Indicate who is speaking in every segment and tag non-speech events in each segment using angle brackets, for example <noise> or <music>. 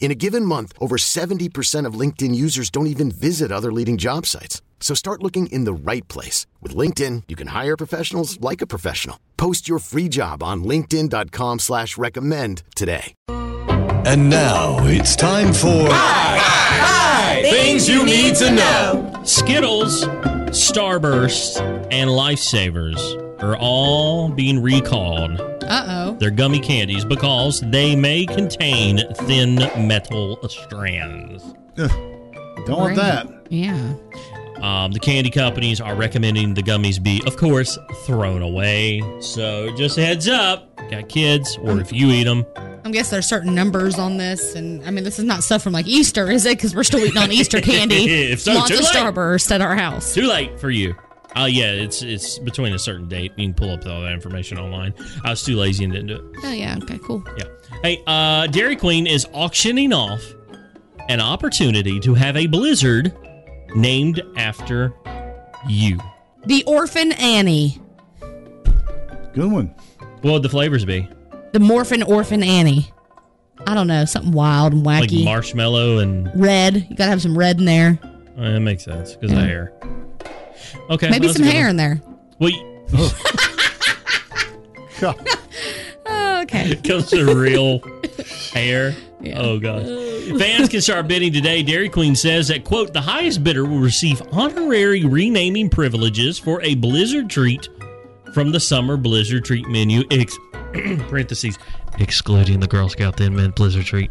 Speaker 1: In a given month, over 70% of LinkedIn users don't even visit other leading job sites. So start looking in the right place. With LinkedIn, you can hire professionals like a professional. Post your free job on linkedin.com slash recommend today.
Speaker 2: And now it's time for
Speaker 3: Things you need to know.
Speaker 4: Skittles, Starburst, and Lifesavers are all being recalled.
Speaker 3: Uh oh.
Speaker 4: They're gummy candies because they may contain thin metal strands.
Speaker 5: Don't want that.
Speaker 3: Yeah.
Speaker 4: Um, the candy companies are recommending the gummies be, of course, thrown away. So just a heads up, got kids, or if you eat them,
Speaker 3: I guess there's certain numbers on this, and I mean, this is not stuff from like Easter, is it? Because we're still
Speaker 4: <laughs>
Speaker 3: eating on Easter candy.
Speaker 4: If so,
Speaker 3: Lots
Speaker 4: too
Speaker 3: of
Speaker 4: late.
Speaker 3: Starburst at our house.
Speaker 4: Too late for you. Oh yeah, it's it's between a certain date. You can pull up all that information online. I was too lazy and didn't do it.
Speaker 3: Oh yeah. Okay. Cool.
Speaker 4: Yeah. Hey, uh, Dairy Queen is auctioning off an opportunity to have a blizzard named after you.
Speaker 3: The Orphan Annie.
Speaker 5: Good one.
Speaker 4: What would the flavors be?
Speaker 3: The Morphin Orphan Annie. I don't know. Something wild and
Speaker 4: Like
Speaker 3: wacky.
Speaker 4: marshmallow and
Speaker 3: red. You gotta have some red in there.
Speaker 4: oh, that makes sense because of the hair. Okay,
Speaker 3: Maybe
Speaker 4: well, that's
Speaker 3: some
Speaker 4: a good
Speaker 3: hair
Speaker 4: one.
Speaker 3: in there.
Speaker 4: Well, you-
Speaker 3: Oh,
Speaker 4: <laughs>
Speaker 3: okay.
Speaker 4: it comes to real hair. Oh gosh. Fans can start bidding today. Dairy Queen says that quote the highest bidder will receive honorary renaming privileges for a blizzard treat from the summer blizzard treat menu. Ex- <clears throat> parentheses excluding the Girl Scout Thin Mint Blizzard treat.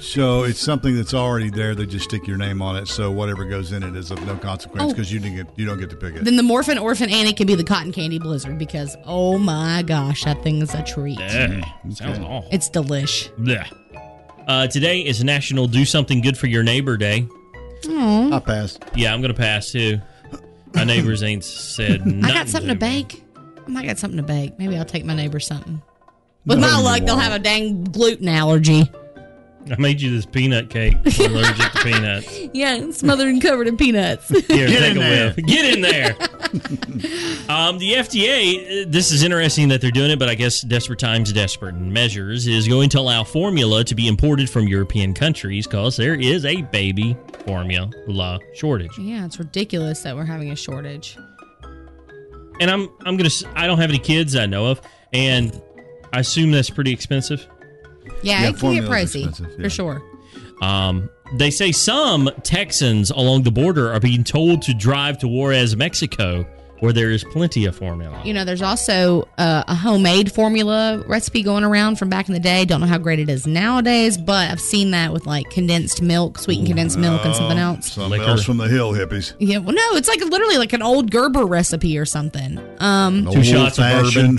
Speaker 5: So it's something that's already there. They just stick your name on it. So whatever goes in it is of no consequence
Speaker 3: Oh.
Speaker 5: because you didn't get you don't get to pick it.
Speaker 3: Then the Morphin Orphan Annie can be the cotton candy blizzard because oh my gosh, that thing is a treat.
Speaker 4: Ugh, Sounds awful.
Speaker 3: It's delish.
Speaker 4: Blech. Uh, today is National Do Something Good for Your Neighbor Day.
Speaker 5: I passed.
Speaker 4: Yeah, I'm gonna pass too. My neighbors ain't said.
Speaker 3: <laughs> I got something to
Speaker 4: me.
Speaker 3: bake. I might got something to bake. Maybe I'll take my neighbor something. With
Speaker 5: No,
Speaker 3: my
Speaker 5: you
Speaker 3: luck, they'll
Speaker 5: won't.
Speaker 3: have a dang gluten allergy.
Speaker 4: I made you this peanut cake. I'm allergic
Speaker 5: <laughs>
Speaker 4: to peanuts.
Speaker 3: Yeah, it's smothered and covered in peanuts. <laughs>
Speaker 4: Here,
Speaker 5: Get
Speaker 4: take
Speaker 5: in
Speaker 4: a
Speaker 5: there.
Speaker 4: whiff. Get in
Speaker 5: <laughs>
Speaker 4: there. um, the FDA, uh, this is interesting that they're doing it, but I guess desperate times, desperate measures is going to allow formula to be imported from European countries because there is a baby formula shortage.
Speaker 3: yeah, it's ridiculous that we're having a shortage.
Speaker 4: And I'm I'm gonna s- I don't have any kids I know of, and I assume that's pretty expensive.
Speaker 3: Yeah, it
Speaker 5: Yeah,
Speaker 3: can get
Speaker 5: formula's
Speaker 3: pricey
Speaker 5: expensive, yeah.
Speaker 3: for sure.
Speaker 4: Um, they say some Texans along the border are being told to drive to Juarez, Mexico, where there is plenty of formula.
Speaker 3: You know, there's also uh, a homemade formula recipe going around from back in the day. Don't know how great it is nowadays, but I've seen that with like condensed milk, sweetened condensed milk, and something else.
Speaker 5: Something
Speaker 4: Liquor.
Speaker 5: else from the hill, hippies.
Speaker 3: Yeah, well, no, it's like literally like an old Gerber recipe or something. Um,
Speaker 5: An
Speaker 4: Two shots of
Speaker 5: old-fashioned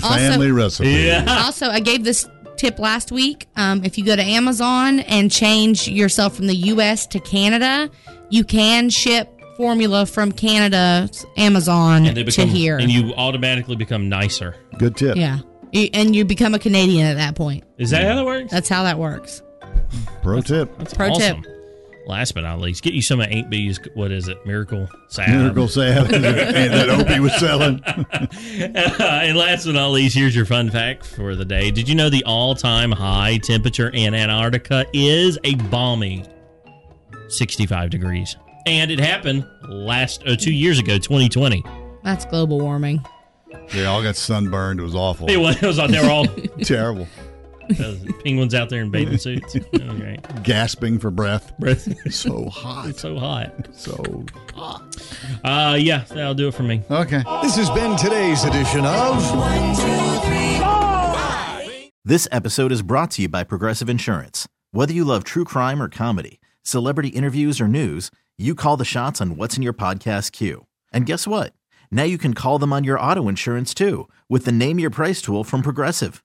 Speaker 4: bourbon.
Speaker 5: family recipe.
Speaker 4: yeah.
Speaker 3: also, I gave this tip last week. Um, if you go to Amazon and change yourself from the U.S. to Canada, you can ship formula from Canada's Amazon
Speaker 4: and they become
Speaker 3: to here.
Speaker 4: and you automatically become nicer.
Speaker 5: Good tip.
Speaker 3: yeah, You- and you become a Canadian at that point.
Speaker 4: Is that how that works?
Speaker 3: That's how that works.
Speaker 5: Pro tip.
Speaker 4: That's
Speaker 3: pro tip.
Speaker 4: Last but not least, get you some of Aunt B's. What is it? Miracle salad.
Speaker 5: Miracle salad <laughs> and that Opie was selling.
Speaker 4: <laughs> and last but not least, here's your fun fact for the day. Did you know the all-time high temperature in Antarctica is a balmy 65 degrees, and it happened last uh, two years ago, 2020.
Speaker 3: That's global warming.
Speaker 5: They all got sunburned. It was awful.
Speaker 4: It was, it was out there all
Speaker 5: Terrible.
Speaker 4: those penguins out there in bathing suits. Oh, Okay.
Speaker 5: Gasping for breath.
Speaker 4: It's
Speaker 5: So
Speaker 4: <laughs>
Speaker 5: hot.
Speaker 4: so hot.
Speaker 5: So.
Speaker 4: Uh, yeah, that'll do it for me.
Speaker 5: Okay.
Speaker 2: This has been today's edition of
Speaker 6: One, two, three,
Speaker 7: This episode is brought to you by Progressive Insurance. Whether you love true crime or comedy, celebrity interviews or news, you call the shots on what's in your podcast queue. And guess what? Now you can call them on your auto insurance too with the Name Your Price tool from Progressive.